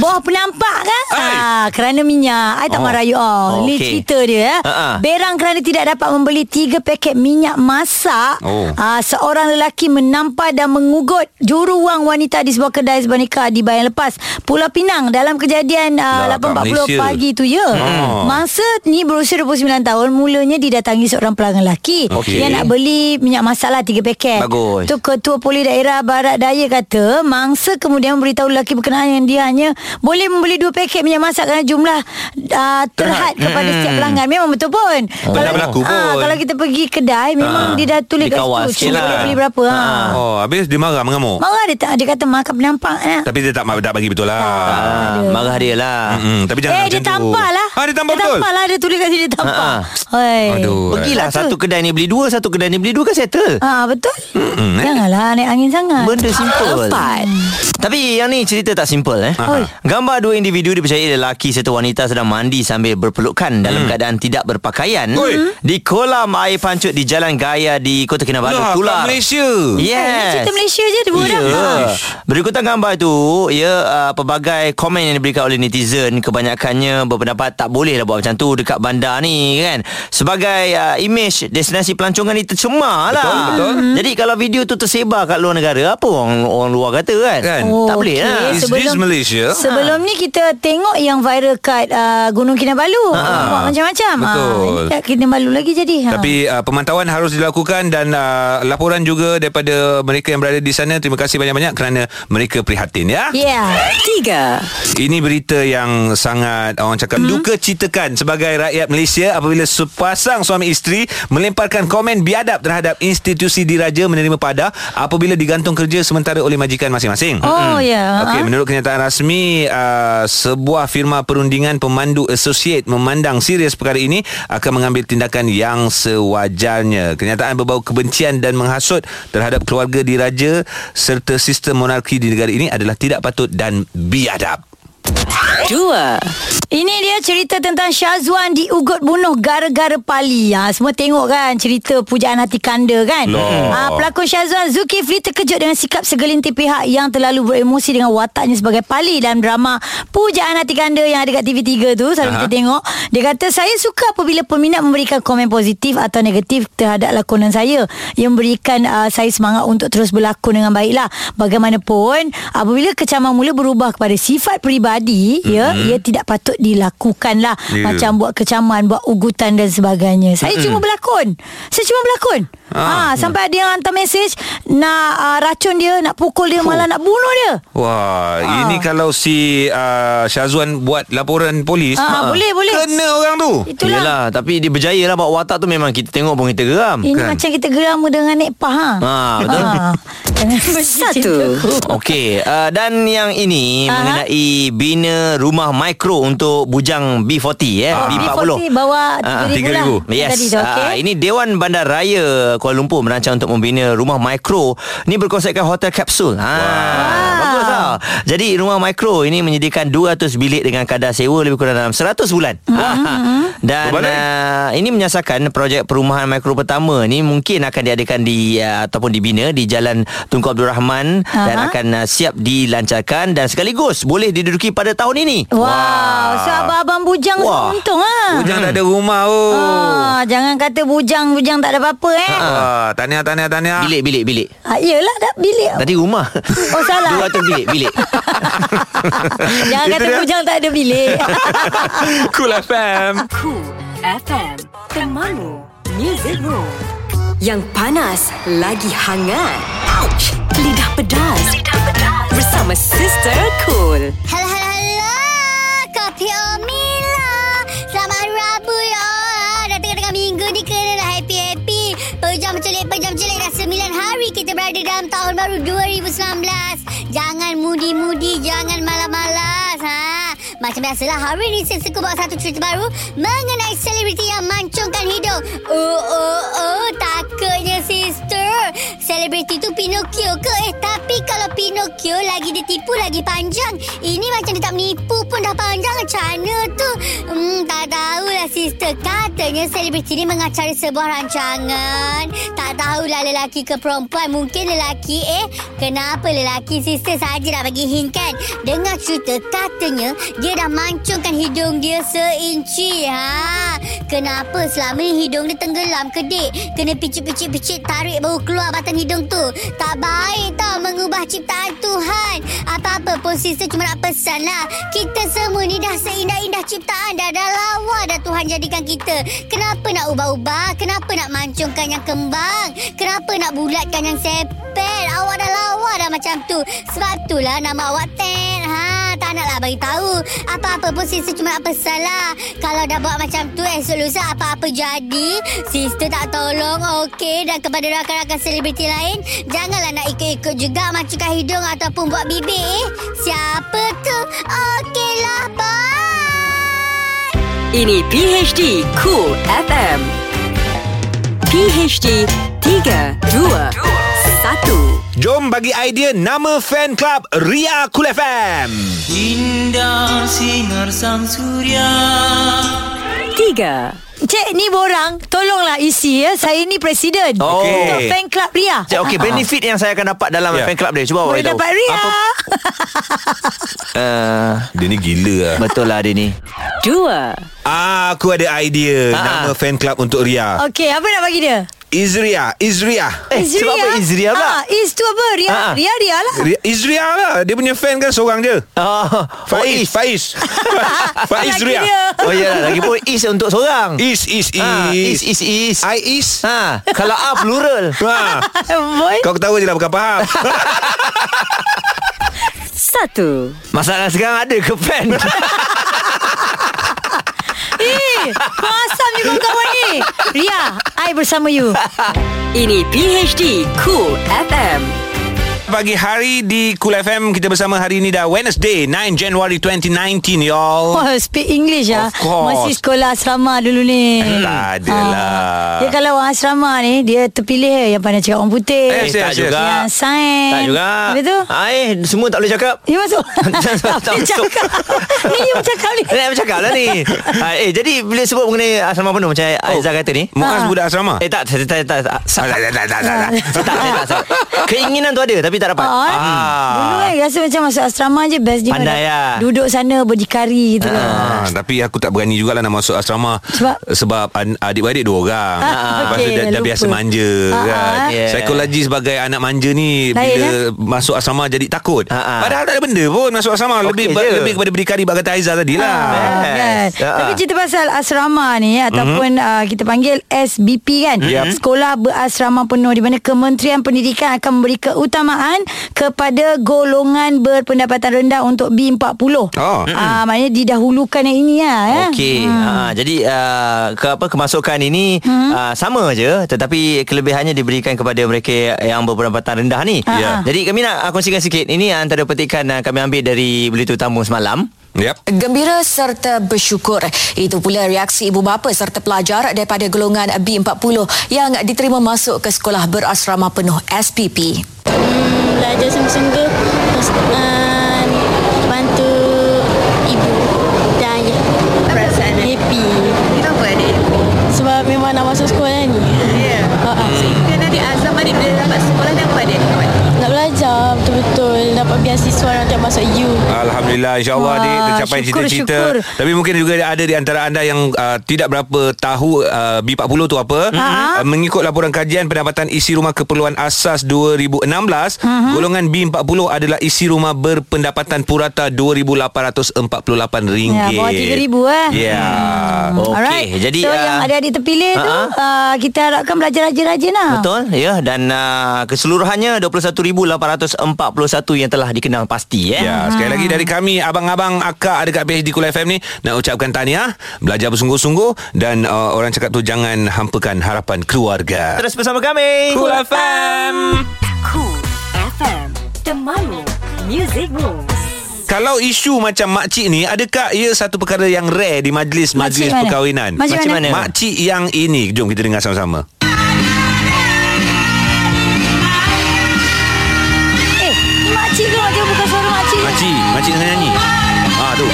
Boh penampak kan? Hai. Ah, kerana minyak. I tak Oh. marah you all. Oh, Ni okey. cerita dia. eh. Ha, ha. Berang kerana tidak dapat membeli tiga paket minyak masak. Oh. Ah, seorang lelaki menampar dan mengugut juru wang wanita di sebuah kedai sebanikah di Bayan Lepas, Pulau Pinang dalam kejadian ah, Lah, kat 8.40 Malaysia. pagi tu ya. Hmm. Oh. Mangsa ni berusia 29 tahun mulanya didatangi seorang pelanggan lelaki Okey. yang nak beli minyak masak lah tiga paket. Bagus. Tu Ketua Polis Daerah Barat Daya kata mangsa kemudian memberitahu lelaki berkenaan yang dia hanya boleh membeli dua paket minyak masak kerana jumlah uh, terhad kepada hmm. setiap pelanggan. Memang betul pun. Oh. Benda berlaku ah, pun. kalau kita pergi kedai memang Ah, dia dah tulis kat dikawal situ sikit cuba lah. boleh beli berapa. Ha. Oh, habis dia marah mengamuk. Marah dia tak dia kata makan penampak eh. Tapi dia tak tak bagi betul lah. ah, Marah dia lah Mm, tapi jangan Ha. Eh macam dia tu. tampar lah Ah, dia tampar betul. tampar lah Eh, Dia tulis kat sini dia tampar Ah, Hei. Aduh. Pergilah satu kedai ni beli dua Satu kedai ni beli dua kan settle Ah Betul Mm-mm, eh. Janganlah naik angin sangat Ah, Benda simple Empat. Tapi yang ni cerita tak simple eh. Oi. Gambar dua individu dipercayai lelaki serta wanita sedang mandi sambil berpelukan dalam keadaan tidak berpakaian Hmm. Oi. di kolam air pancut di Jalan Gaya di Lah, Kota Kinabalu kat tular. Malaysia. Ini Yes. Cerita Malaysia je Ah. Dua orang Ya. Berikutan gambar tu, ya uh, pelbagai komen yang diberikan oleh netizen kebanyakannya berpendapat tak boleh lah buat macam tu dekat bandar ni kan. Sebagai uh, image destinasi pelancongan ni tercemar lah. betul. Jadi kalau video tu tersebar kat luar negara, apa orang orang luar kata kan? Kan? Oh, tak boleh lah. Is this Malaysia? Sebelum ni kita tengok yang viral kat uh, Gunung Kinabalu. Ha. Buat macam-macam. Ah, Betul. Ha, ini kat Kinabalu lagi jadi. Ha. Tapi uh, pemantauan harus dilakukan dan uh, laporan juga daripada mereka yang berada di sana. Terima kasih banyak-banyak kerana mereka prihatin ya. Yeah. Tiga. Ini berita yang sangat orang cakap hmm. duka citakan sebagai rakyat Malaysia apabila sepasang suami isteri melemparkan komen biadab terhadap institusi diraja menerima pada apabila digantung kerja sementara oleh majikan masing-masing. Oh, ya. Okey, Ha. menurut kenyataan rasmi, uh, sebuah firma perundingan pemandu associate memandang serius perkara ini akan mengambil tindakan yang sewajarnya. Kenyataan berbau kebencian dan menghasut terhadap keluarga diraja serta sistem monarki di negara ini adalah tidak patut dan biadab. Dua. Ini dia cerita tentang Syazwan diugut bunuh gara-gara pali. Ha, semua tengok kan cerita pujaan hati kanda kan. Loh. Ha, pelakon Syazwan Zulkifli terkejut dengan sikap segelintir pihak yang terlalu beremosi dengan wataknya sebagai pali dalam drama Pujaan Hati Kanda yang ada kat TV3 tu. Selalu kita tengok. Dia kata saya suka apabila peminat memberikan komen positif atau negatif terhadap lakonan saya. Yang memberikan uh, saya semangat untuk terus berlakon dengan baiklah. Bagaimanapun apabila kecaman mula berubah kepada sifat peribadi mm-hmm. ya ia tidak patut dilakukan lah Ya. yeah. macam buat kecaman buat ugutan dan sebagainya saya mm-hmm. cuma berlakon saya cuma berlakon ah. ha sampai ada yang hantar mesej nak uh, racun dia nak pukul dia malah nak bunuh dia Wah, Ah. ini kalau si uh, Syazwan buat laporan polis, Ah, boleh, boleh. Kena orang tu. itulah Yelah Tapi dia berjaya lah Bawa watak tu memang Kita tengok pun kita geram ini kan. macam kita geramu dengan Nekpah ha Ha, betul. Satu. Okey, uh, dan yang ini Aha. mengenai bina rumah mikro untuk bujang B40 eh, B40. B40 Ah. bawa Ah, 3,000 lah. Yes. Tadi tu, okey. Ah, ini Dewan Bandar Raya Kuala Lumpur merancang untuk membina rumah mikro ni berkonsepkan hotel kapsul. Ha. Wow. Bagus tau. Jadi rumah mikro ini menyediakan 200 bilik dengan kadar sewa lebih kurang dalam 100 bulan. Hmm, Mm-hmm. Dan Berbaloi. uh, ini menyasarkan projek perumahan mikro pertama ni mungkin akan diadakan di uh, ataupun dibina di Jalan Tunku Abdul Rahman uh-huh. dan Aha. akan uh, siap dilancarkan dan sekaligus boleh diduduki pada tahun ini. Wow, so abang-abang bujang Wah. Wah. untung ah. Bujang tak ada rumah oh. Ah, jangan kata bujang bujang tak ada apa-apa eh. Ah, tanya tanya tanya. Bilik bilik bilik. Ah, yelah dah bilik. Tadi rumah. Oh, salah. 200 bilik bilik. Jangan Itu kata dia. bujang tak ada bilik. Cool FM. Cool FM. Temanmu. Music Room. Yang panas lagi hangat. Ouch. Lidah pedas. Lidah pedas. Bersama Sister Cool. Hello, hello, hello. Kopi Omila. Selamat Rabu ya. Dah tengah-tengah minggu ni kena dah happy-happy. Pejam celik, pejam celik. Dah 9 hari kita berada dalam tahun baru 2019. Jangan mudi-mudi, jangan malas-malas. Ha? Macam biasalah, hari ni saya suka bawa satu cerita baru mengenai selebriti yang mancungkan hidung. Oh, oh, oh, takutnya sister. Selebriti tu Pinocchio ke? Eh, tapi kalau Pinocchio lagi ditipu lagi panjang. Ini macam dia tak menipu pun dah panjang macam mana tu? Hmm, tak tahulah sister. Katanya selebriti ni mengacara sebuah rancangan. Tak tahulah lelaki ke perempuan. Mungkin lelaki eh. Kenapa lelaki sister saja dah bagi hint kan? Dengar cerita katanya dia dah mancungkan hidung dia seinci. Ha. Kenapa selama ni hidung dia tenggelam ke dek? Kena picit-picit-picit tarik baru keluar batang hidung tu. Tak baik tau mengubah ciptaan Tuhan. Apa-apa pun sister cuma nak pesan lah. Kita semua ni dah seindah-indah ciptaan dah. Dah lawa dah Tuhan jadikan kita. Kenapa nak ubah-ubah? Kenapa nak mancungkan yang kembang? Kenapa nak bulatkan yang sepel? Awak dah lawa dah macam tu. Sebab itulah nama awak Ted. Ha, tak nak lah bagi tahu. Apa-apa pun sister cuma nak pesan lah. Kalau dah buat macam tu esok lusa apa-apa jadi, sister tak tolong okey dan kepada rakan-rakan selebriti lain, janganlah nak ikut-ikut juga macukan hidung ataupun buat bibir. eh. Siapa tu? Okeylah, bye. Ini PHD Cool FM. PHD 3, 2, 1. Jom bagi idea nama fan club Ria Cool FM. Indah sinar sang surya 3. Cik ni borang Tolonglah isi ya Saya ni presiden Oh. Okey. Untuk fan club Ria Cik, okay, benefit yang saya akan dapat dalam Ya. yeah. fan club dia. Cuba Ah. Boleh awak beritahu. dapat Ria Uh, Dia ni gila lah. betul lah dia ni. 2. Ah, aku ada idea Ha. nama fan club untuk Ria. Okey apa nak bagi dia Izria, Izria. Eh, Is sebab Ria. apa Izria Ah, pula? Is tu apa Ria Ah, ah. Ria Ria lah Ria- Izria lah. Dia punya fan kan seorang je. Oh, Faiz, Oh, Faiz. Faiz Lagi Ria. dia. is. oh ya, lagipun is untuk seorang. Is, is, is. Ah, is, is, is. I is. Ha, kalau A plural. Ha. Boy Kau ketawa je lah bukan faham. 1. Masalah sekarang ada ke fan? Eh Kau asam je kawan-kawan ni Ria I bersama you Ini PHD Cool FM. pagi hari di Cool FM Kita bersama hari ini dah Wednesday 9 Januari 2019 y'all Oh, speak English lah Of course. Masih sekolah asrama dulu ni Tak ada lah. Dia kalau orang asrama ni Dia terpilih eh, yang pandai cakap orang putih Eh, tak yes, yes. juga. Yang sains Tak juga. Habis tu Ah, eh, semua tak boleh cakap. You masuk Tak Tak boleh masuk. cakap Ni you bercakap ni Nak bercakap lah ni Ah, Eh jadi bila sebut mengenai Asrama penuh Macam oh. Aizah kata ni Muaz budak asrama Eh tak Tak tak tak tak, Ah, tak, tak, tak, tak, tak, tak. tak, tak, tak. Keinginan tu ada Tapi tak dapat Ah, eh. Dulu kan rasa macam masuk asrama je Best dia Pandai kalau lah. Duduk sana berdikari gitu lah Ah, tapi aku tak berani jugalah nak masuk asrama Sebab? sebab an- adik-beradik dua orang. Ah, Lepas tu okey, dah, dah lupa. biasa manja Ah, kan. ah. Yeah. Psikologi sebagai anak manja ni Lain, bila eh? masuk asrama jadi takut. Ah, ah. Padahal tak ada benda pun masuk asrama lebih Okey ba- je. lebih kepada berdikari bab kata Aizah tadi lah. Ah, kan. Yes. Ah. Mhm. Tapi cerita pasal asrama ni ataupun uh, kita panggil SBP kan. Sekolah berasrama penuh di mana Kementerian Pendidikan akan memberi keutamaan kepada golongan berpendapatan rendah untuk B40. Oh. Ah, maknanya didahulukan yang ini lah ya. Mhm. Okey. Hmm. Ha jadi uh, ke apa kemasukan ini hmm. uh, sama je tetapi kelebihannya diberikan kepada mereka yang berpendapatan rendah ni. Ya. Jadi kami nak uh, kongsikan sikit. Ini antara petikan uh, kami ambil dari berita tamu semalam. Yep. Gembira serta bersyukur. Itu pula reaksi ibu bapa serta pelajar daripada golongan B40 yang diterima masuk ke sekolah berasrama penuh SPP. Belajar sungguh-sungguh Terus, um, Bantu Ibu Dan ayah Perasaan Happy Kenapa adik? Sebab memang nak masuk sekolah ni Ya. Ah, ah. Kan adik Azam adik bila dapat sekolah ni apa adik? Nak belajar Betul-betul Dapat beasiswa Nanti masuk U Alhamdulillah insyaAllah Wah, adik tercapai syukur, cita-cita. syukur. Tapi mungkin juga ada di antara anda yang uh, tidak berapa tahu uh, B40 tu apa. Mm-hmm. Uh, mengikut laporan kajian pendapatan isi rumah keperluan asas 2016, Mm-hmm. golongan B40 adalah isi rumah berpendapatan purata Ya, RM2,848. bawah RM3,000, eh. Ya. Hmm. Okey, Alright. jadi, so ah, yang adik-adik terpilih tu ah, uh, kita harapkan belajar rajin-rajin lah. Betul? Ya dan uh, keseluruhannya 21841 yang telah dikenal pasti eh. Mm-hmm. Ya, sekali Ah. lagi dari kami abang-abang akak dekat PhD Kul FM ni nak ucapkan tahniah, belajar bersungguh-sungguh dan uh, orang cakap tu jangan hampakan harapan keluarga. Terus bersama kami. Cool FM. Cool FM Temanmu Music Rules Kalau isu macam makcik ni Adakah ia satu perkara yang rare Di Makcik majlis-majlis mana? perkahwinan Makcik Macam mana? mana? Makcik yang ini Jom kita dengar sama-sama Eh, ni makcik ke makcik bukan suara makcik? Makcik Makcik tengah nyanyi Ah tu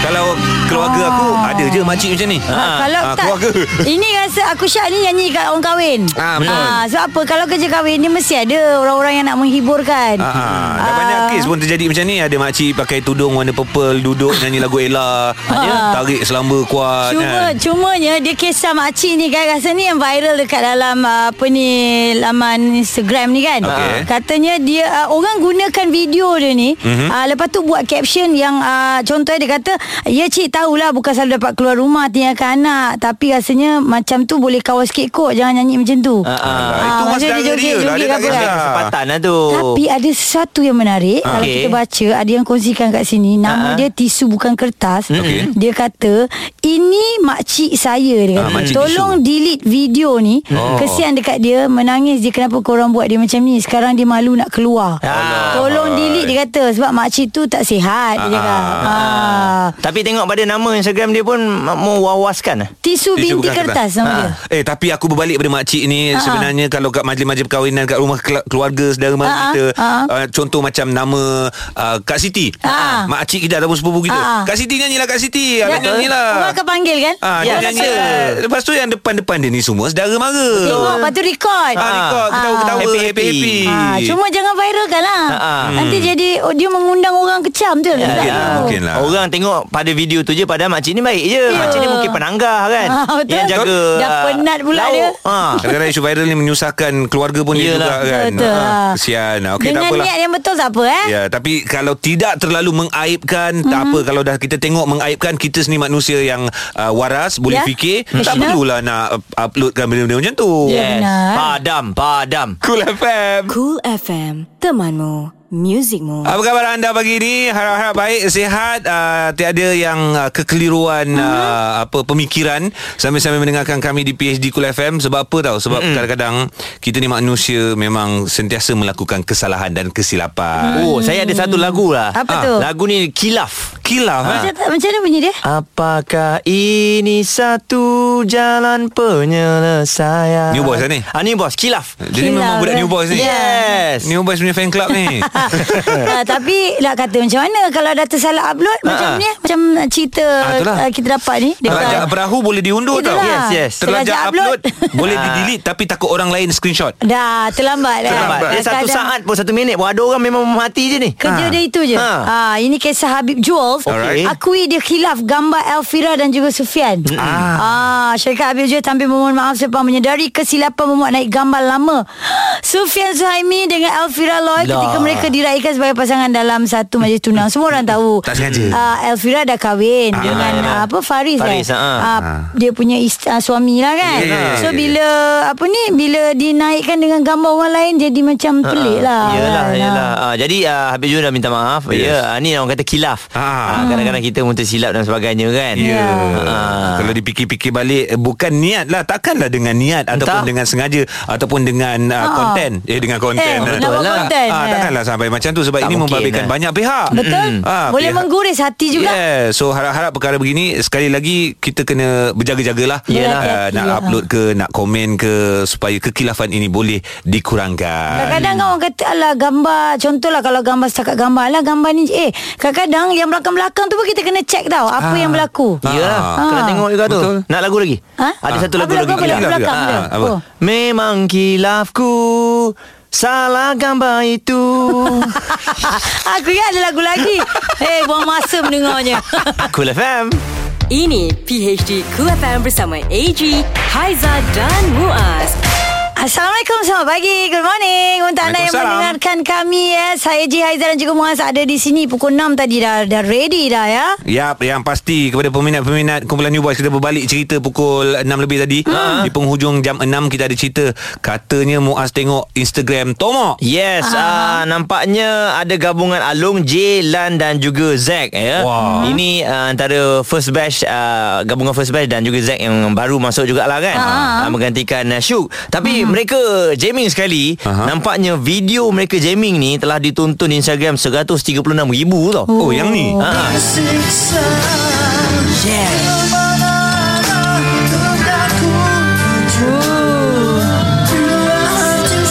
Kalau keluarga aku Ada je makcik macam ni Ha, kalau ah, tak Keluarga Ini rasa aku Syak ni nyanyi kat orang kahwin Ah, betul. Sebab apa Kalau kerja kahwin Dia mesti ada orang-orang yang nak menghiburkan Ah, ah, dah banyak kes pun terjadi macam ni Ada makcik pakai tudung warna purple Duduk nyanyi lagu Ella Tarik selamba kuat Cuma kan. Cumanya dia kisah makcik ni kan Rasa ni yang viral dekat dalam uh, Apa ni Laman Instagram ni kan Okey. Katanya dia uh, Orang gunakan video dia ni mm-hmm. Mhm. uh, Lepas tu buat caption yang uh, Contohnya dia kata Ya cik tahulah Bukan selalu dapat keluar rumah Tinggalkan anak Tapi rasanya Macam tu boleh kawal sikit kot Jangan nyanyi macam tu Ah, ah. Alah, itu maksudnya masalah dia. Lah, dia joget-joget ke tak apa kisah. kan? Kesempatan lah tu. Tapi Oh. ada sesuatu yang menarik Ah. Kalau Okey. kita baca Ada yang kongsikan kat sini Nama Ha-ha. dia tisu bukan kertas Okey. Dia kata Ini makcik saya dia Ah, kata, makcik Tolong delete video ni Oh. Kesian dekat dia Menangis dia Kenapa korang buat dia macam ni Sekarang dia malu nak keluar Ya Alah. Tolong delete dia kata Sebab makcik tu tak sihat Dia ah, cakap Ah. Tapi tengok pada nama Instagram dia pun mewawaskan. Tisu Tisu binti bukan kertas nama dia Ha. Eh tapi aku berbalik pada makcik ni Ha-ha. Sebenarnya kalau kat majlis-majlis perkahwinan Kat rumah kela- keluarga saudara mara Ha-ha. kita Ha-ha. uh, Contoh macam nama uh, Kak Siti Ha-ha. Makcik kita ataupun sepupu kita Ha-ha. Ya. Kak Siti nyanyilah Kak Siti Abang nyanyilah Orang akan panggil kan Ah, Ya, dia nyanyi betul. dia. Lepas tu yang depan-depan dia ni semua Saudara mara Ha, Tengok Lepas tu record Ah, record Ah. ketawa-ketawa Happy-happy. happy-happy. Ha, cuma jangan viralkan lah. Ha, ha. Nanti jadi oh, dia mengundang orang kecam tu. Ya, Tak Ah, Hmm. Mungkin ya. lah, tahu. mungkin lah. Orang tengok pada video tu je Padahal makcik ni baik je Ya. Makcik ni mungkin penanggah kan Ah, betul. Yang jaga Dah ah, penat pula lauk. dia. Ah. Ha, Kadang-kadang isu viral ni menyusahkan keluarga pun dia Yelah. juga kan. Betul Ah, lah. Kesian. Okey tak Dengan apalah. niat yang betul tak apa eh. Mhm. Ya, tapi kalau tidak terlalu mengaibkan, mm-hmm. tak apa kalau dah kita tengok mengaibkan kita sendiri manusia yang uh, waras, boleh Ya. fikir, tak Rasional. perlulah nak up- uploadkan benda-benda macam tu. Ya, benar. Padam Padam Cool FM. Cool FM Temanmu muzikmu. Ah. Apa khabar anda pagi ini? Harap-harap baik, sihat, uh, tiada yang uh, kekeliruan Mhm. uh, apa pemikiran sambil-sambil mendengarkan kami di PhD Kul FM sebab apa tahu? Sebab mm kadang-kadang kita ni manusia memang sentiasa melakukan kesalahan dan kesilapan. Oh, saya ada satu lagu lah. Apa Ah, tu? Lagu ni Kilaf. Ah. Kilaf ha. Macam, macam mana bunyi dia? Apakah ini satu jalan penyelesaian? New Boys lah ni? Ah, New Boys, Kilaf. Jadi memang Kilaf, budak New Boys ni. Yes. New Boys punya fan club ni. uh, tapi nak kata macam mana kalau dah tersalah upload uh macam Ha-ha. ni eh, macam cerita Ah, itulah. uh, kita dapat ni Terlajak perahu boleh diundur tau. Itulah. Yes, yes. Terlajak Terlajak upload, upload. boleh Ah. di-delete tapi takut orang lain screenshot. dah terlambat eh? dah. Terlambat. Dia satu Kadang- saat pun satu minit pun ada orang memang mati je ni. Kerja Ah. dia itu je. Ah. Ha. ini kisah Habib Jules. Alright. Akui dia khilaf gambar Elvira dan juga Sufian. Ah. syarikat Habib Jules tampil memohon maaf selepas menyedari kesilapan memuat naik gambar lama. Sufian Suhaimi dengan Elvira Loy Lah. ketika mereka diraikan sebagai pasangan dalam satu majlis tunang. Semua orang tahu. Tak sengaja. Ah, Elvira dah kahwin Ah. dengan Yalah, ah, yalah. apa Faris, Faris, eh. ah. Ah, dia punya ist- ah, suami lah kan. Ya, ya, ya, so ya, ya. bila apa ni bila dinaikkan dengan gambar orang lain jadi macam pelik lah. Ah, Yalah, Nah. yalah. Ah, jadi ah, Habib Jun dah minta maaf. Yes. Yes. Ya, ah, ni orang kata kilaf. Ah. Ah, kadang-kadang kita pun tersilap dan sebagainya kan. Ya. Ah. Kalau dipikir-pikir balik eh, bukan niat lah takkanlah dengan niat ataupun Entah. dengan sengaja ataupun dengan uh, konten eh dengan konten Ah. Eh, eh, nak buat lah. konten, ah, eh. takkanlah sampai macam tu sebab Tak ini mungkin, membabitkan eh. banyak pihak Betul? Mm. Ah, Boleh pihak- mengguris hati juga. Yeah. Yeah. So harap-harap perkara begini Sekali lagi Kita kena berjaga-jagalah Yelah. uh, Nak Hati-hati, upload ke Nak komen ke Supaya kekilafan ini Boleh dikurangkan Kadang-kadang kan orang kata Alah gambar Contohlah kalau gambar Setakat gambar Alah gambar ni Eh kadang-kadang Yang belakang-belakang tu pun Kita kena check tau Apa yang berlaku Ah. Yalah, kena Ah. tengok juga tu. Betul. Nak lagu lagi? Ha? Ada satu Ah, belakang, lagu lagi. belakang, kilaf belakang, belakang. juga. Ah, apa? Oh. Memang kilafku. Salah gambar itu. Ah, Aku ingat ada lagu lagi Eh buang masa mendengarnya Cool FM. Ini PHD Cool FM bersama AG, Haiza dan Muaz. Assalamualaikum selamat pagi Good morning Untuk anda yang Waalaikumsalam. mendengarkan kami ya, Saya Ji Haizah dan juga Muaz Ada di sini pukul 6 tadi Dah, dah ready dah ya Yap, yang pasti kepada peminat-peminat kumpulan New Boys kita berbalik cerita pukul 6 lebih tadi. Ha. Di penghujung jam 6 kita ada cerita katanya Muaz tengok Instagram Tomok. Yes, ah. nampaknya ada gabungan Along, J, Lan dan juga Zack ya. Wah. Ini ah, antara first batch ah, gabungan first batch dan juga Zack yang baru masuk jugalah kan. Ah. menggantikan ah, Syuk. Tapi mereka jamming sekali. Aha. Nampaknya video mereka jamming ni telah ditonton di Instagram 136,000 tau. Oh, yang ni. Ah.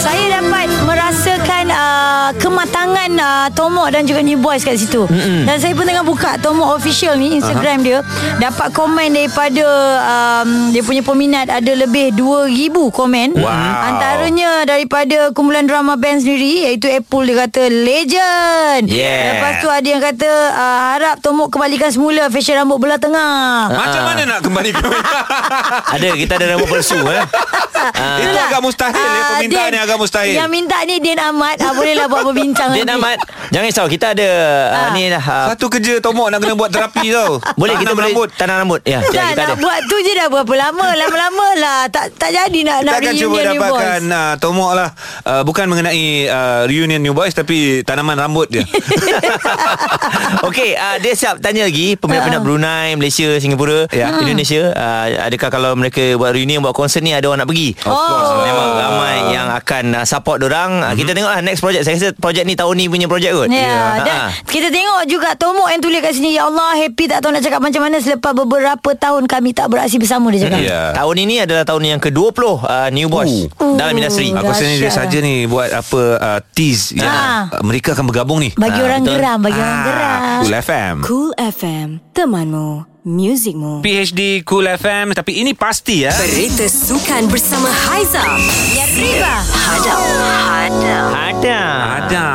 Saya dapat merasakan uh, kematangan uh, Tomok dan juga New Boys kat situ. Mm-hmm. Dan saya pun tengah buka Tomok official ni Instagram uh-huh. dia dapat komen daripada um, dia punya peminat ada lebih 2000 komen. Wow. Antaranya daripada kumpulan drama band sendiri iaitu Apple dia kata legend. Yeah. Lepas tu ada yang kata uh, harap Tomok kembalikan semula fashion rambut belah tengah. Macam mana nak kembali ke ah. Ada kita ada rambut palsu eh. Ah. Itu agak mustahil eh, Ah, permintaan Din. yang agak mustahil. Yang minta ni Din Ahmad ah, Bolehlah buat perbincangan Din nanti. Ahmad Jangan risau Kita ada ah. Ni dah ah, Satu kerja Tomok nak kena buat terapi tau. Tanam Boleh kita boleh rambut. Tanam rambut Ya, ya Dah kita ada nak buat tu je dah berapa lama Lama-lama lah Tak tak jadi nak nak Kita akan cuba reunion ni bos dapatkan uh, Tomok lah uh, Bukan mengenai uh, reunion New Boys Tapi tanaman rambut dia Okey, uh, dia siap tanya Ah. lagi peminat-peminat Brunei, Malaysia, Singapura, Ya. hmm. Indonesia. Uh, adakah kalau mereka buat reunion, buat konsert ni ada orang nak pergi? Oh. Of course lah. Memang ramai yang akan uh, support orang. Mm-hmm. Kita tengoklah next project. Saya rasa project ni tahun ni punya project kot. Mhm. Ya, yeah. Ha. dan kita tengok juga Tomok yang tulis kat sini Ya Allah happy tak tahu nak cakap macam mana Selepas beberapa tahun kami tak beraksi bersama Dia cakap Ya. Tahun ini adalah tahun yang ke-20 uh, New Boys Ooh. dalam industri. Ooh. Aku rasa Ah, ni dia Dahsyat lah. saja ni Buat apa uh, Tease yang Ah. uh, Mereka akan bergabung ni Bagi Ah, orang betul. geram Bagi orang geram Ha, Cool FM Cool FM, temanmu, muzikmu. PHD Cool FM Tapi ini pasti ya Berita sukan bersama Haiza. Ya riba. Hadap. Hadap. Ada. Ada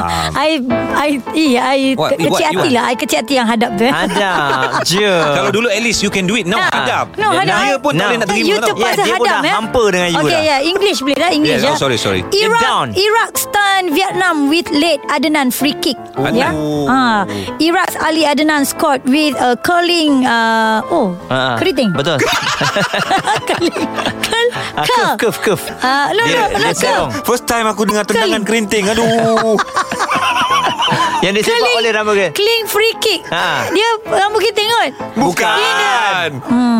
Ah. I, I, I, I What- ke- kecil what you hati want? lah I kecil hati yang hadap tu eh. Ada je. Kalau dulu at least You can do it Now hadap Ah. No, Ya, hadap. Dia pun tak Now. boleh nak terima You tau. Yeah, terpaksa lah. Ya, dia pun hadam dah eh? hampa dengan you Okay dah. yeah English boleh lah English Yeah, yeah, oh, sorry, sorry. Get down. Iraq Iraq stun Vietnam with late Adnan free kick Oh. Ya Adnan. ha. Iraq's Ali Adnan scored with a curling uh, Oh Ah, ah. Keriting Betul. Curling Curl Ah, Curl Curve, curve, curve. Ah, no, Dia- no, no, dia curl. serong. First time aku dengar tendangan Kering. kerinting Aduh Yang disepak Keling- oleh Rama Geng. Keling free kick Ha. Dia Rama Geng tengok Bukan.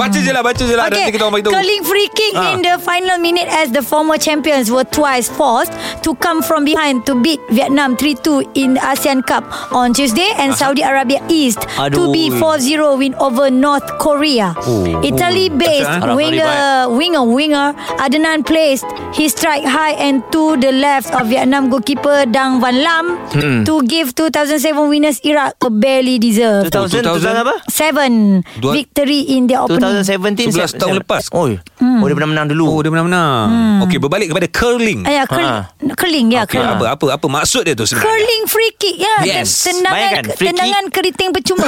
Baca je lah, baca je lah. Nanti kita orang beritahu. Curling free kick Ah. in the final minute as the former champions were twice forced to come from behind to beat Vietnam 3-2 in the ASEAN Cup on Tuesday and Saudi Arabia East to be Aduh. 4-0 win over North Korea. Oh. Italy-based Betul, eh? winger winger winger Adnan placed his strike high and to the left of Vietnam goalkeeper Dang Van Lam Hmm. Mm-mm. to give 2007 winners Iraq a barely deserved 2000, 2000 apa? seven Dua- victory in their opening. Hmm. 2017 11 tahun lepas. Oh, oh dia pernah menang dulu Oh, dia benar-benar. Okey, berbalik kepada curling. Ah, ya, curl, Ah. curling ya. Okey, curling. apa apa apa maksud dia tu sebenarnya? Curling free kick ya. Yes. Tendangan Bayangkan, free kick. tendangan keriting percuma.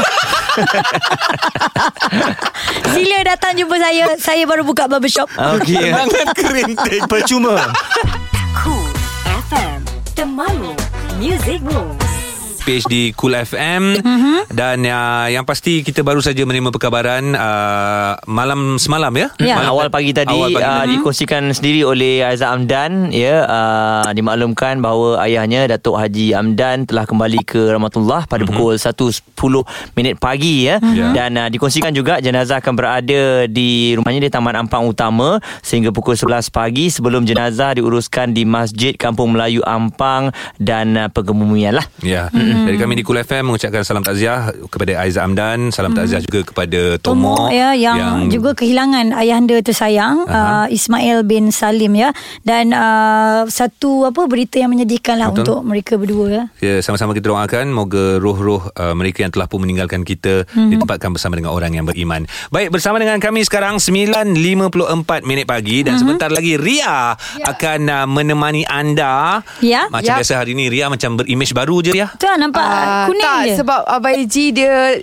Sila datang jumpa saya. Saya baru buka barbershop. Ah, Okey. kerinting. Percuma. Cool FM Temanmu Music Rules page di Cool FM Mm-hmm. dan uh, yang pasti kita baru saja menerima perkabaran uh, malam semalam ya. Ya. Malam Awal pagi tadi, Awal pagi uh, tadi. dikongsikan sendiri oleh Aizah Amdan ya uh, dimaklumkan bahawa ayahnya Datuk Haji Amdan telah kembali ke Rahmatullah pada pukul 1.10 minit pagi ya Mhm. Ya. dan uh, dikongsikan juga jenazah akan berada di rumahnya di Taman Ampang Utama sehingga pukul 11 pagi sebelum jenazah diuruskan di Masjid Kampung Melayu Ampang dan uh, pengemumian lah. Ya. Dari kami di Cool FM mengucapkan salam takziah kepada Aiza Amdan, salam takziah juga kepada Tomo, Tomo ya yang, juga kehilangan ayahanda tersayang uh-huh. uh, Ismail bin Salim ya dan uh, satu apa berita yang menyedihkan lah Betul. untuk mereka berdua ya. Ya, sama-sama kita doakan moga roh-roh uh, mereka yang telah pun meninggalkan kita mm-hmm. ditempatkan bersama dengan orang yang beriman. Baik, bersama dengan kami sekarang 9.54 minit pagi dan mm-hmm. sebentar lagi Ria akan uh, menemani anda. Ya. Macam Ya. biasa hari ini Ria macam berimej baru je Ria. Tu lah nampak uh, Ah, kuning tak, je. sebab Abang Ji dia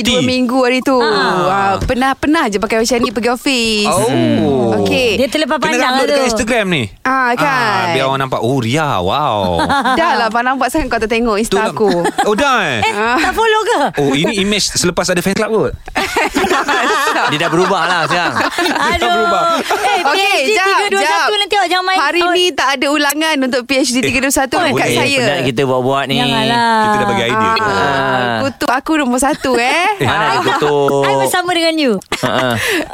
Cuti. dua minggu hari tu. Ah. Ah. Pernah-pernah je pakai macam ni pergi office. Oh. Mm-hmm. Okey. Dia terlepas Kena pandang lah upload tu. dekat Instagram ni. Ah, kan. biar orang nampak. Oh, Ria. Wow. Dah lah Abang nampak sangat kau tak tengok Tu Insta lah. aku. Oh, dah eh? Eh, Ah. tak follow ke? Oh, ini image selepas ada fan club kot. Dia dah berubah lah sekarang. Aduh. berubah. Eh, Okey, PSG jap, 321 jap. nanti awak jangan main. Hari Oh, ni tak ada ulangan untuk PhD 321 eh, dekat Boleh saya. penat kita buat-buat ni. Janganlah. Kita dah bagi idea. Ah, kutu aku nombor satu eh. Mana Ah, Ah. dikutuk. Oh. I bersama dengan you. Ha-ha.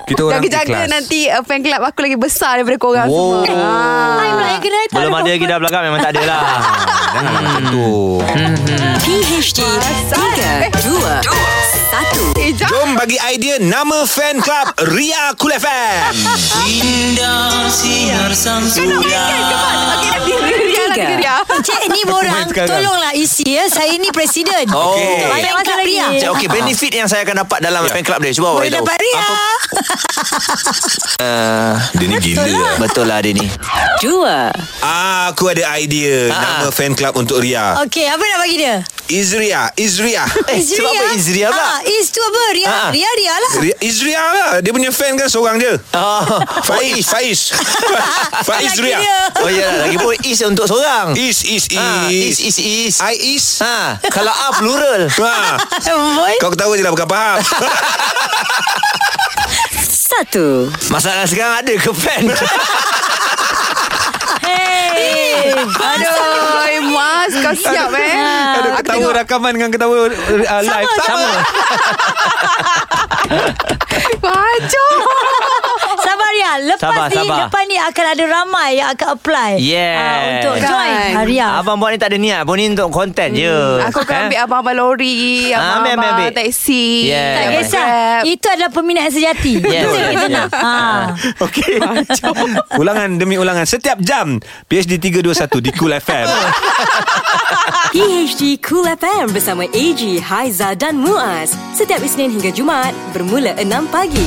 Kita orang Jaga-jaga ikhlas. nanti uh, fan club aku lagi besar daripada korang Wow. semua. Ah. I pula yang kena tak Belum ada lagi apa-apa. dah belakang Memang tak ada lah Janganlah macam tu. PHD 3, 2, 1 Eh, jap. Jom bagi idea nama fan club Ria Cool FM. Indah sinar sang suria Ah. Okey, dia Ria lah, dia Ria. Encik ni borang sekarang. Tolonglah isi ya Saya ni presiden Oh. Okey. Banyak Banyak masa lagi Ria. Cik, okay, benefit yang saya akan dapat dalam fan club dia Cuba awak Boleh tahu dapat Ria uh, Dia ni gila. lah. Betul lah dia ni 2 Ah, aku ada idea Ah. nama fan club untuk Ria. Okey apa nak bagi dia Izria, Izria. Eh, Is sebab Ria. apa Izria pula? Ah, Is tu apa Ria Ah. Ria Ria lah Ria- Izria lah. Dia punya fan kan seorang je. Oh, Faiz, Faiz. Faiz Lagi Ria. dia. oh ya, lagi pun is untuk seorang. Is, is, is. Ah. Ah, is, is, is. I is. Ha, kalau A plural. Ha. Boy Kau ketawa je lah bukan faham. 1 Masalah sekarang ada ke fan? Hey Aduh, Mas, kau siap eh. Ada Aku ketawa tengok rakaman dengan ketawa uh, live. Sama. Kacau. Sabar Ria Lepas Sabar, ni sabar. Lepas ni akan ada ramai Yang akan apply Yes. ah, Untuk Kan. join ah, Ria Abang buat ni tak ada niat. Abang ni untuk konten je. Aku akan Eh? ambil abang-abang lori, Ah, ambil, ambil, abang-abang ambil. taksi. Yeah. Tak abang kisah Grab. Itu adalah peminat yang sejati Yes. Itu yang kita Yes. nak Ah. Okey. ulangan demi ulangan. Setiap jam. PhD 321 di Cool FM. PHD Cool FM bersama AG, Haiza dan Muaz. Setiap Isnin hingga Jumaat bermula 6 pagi.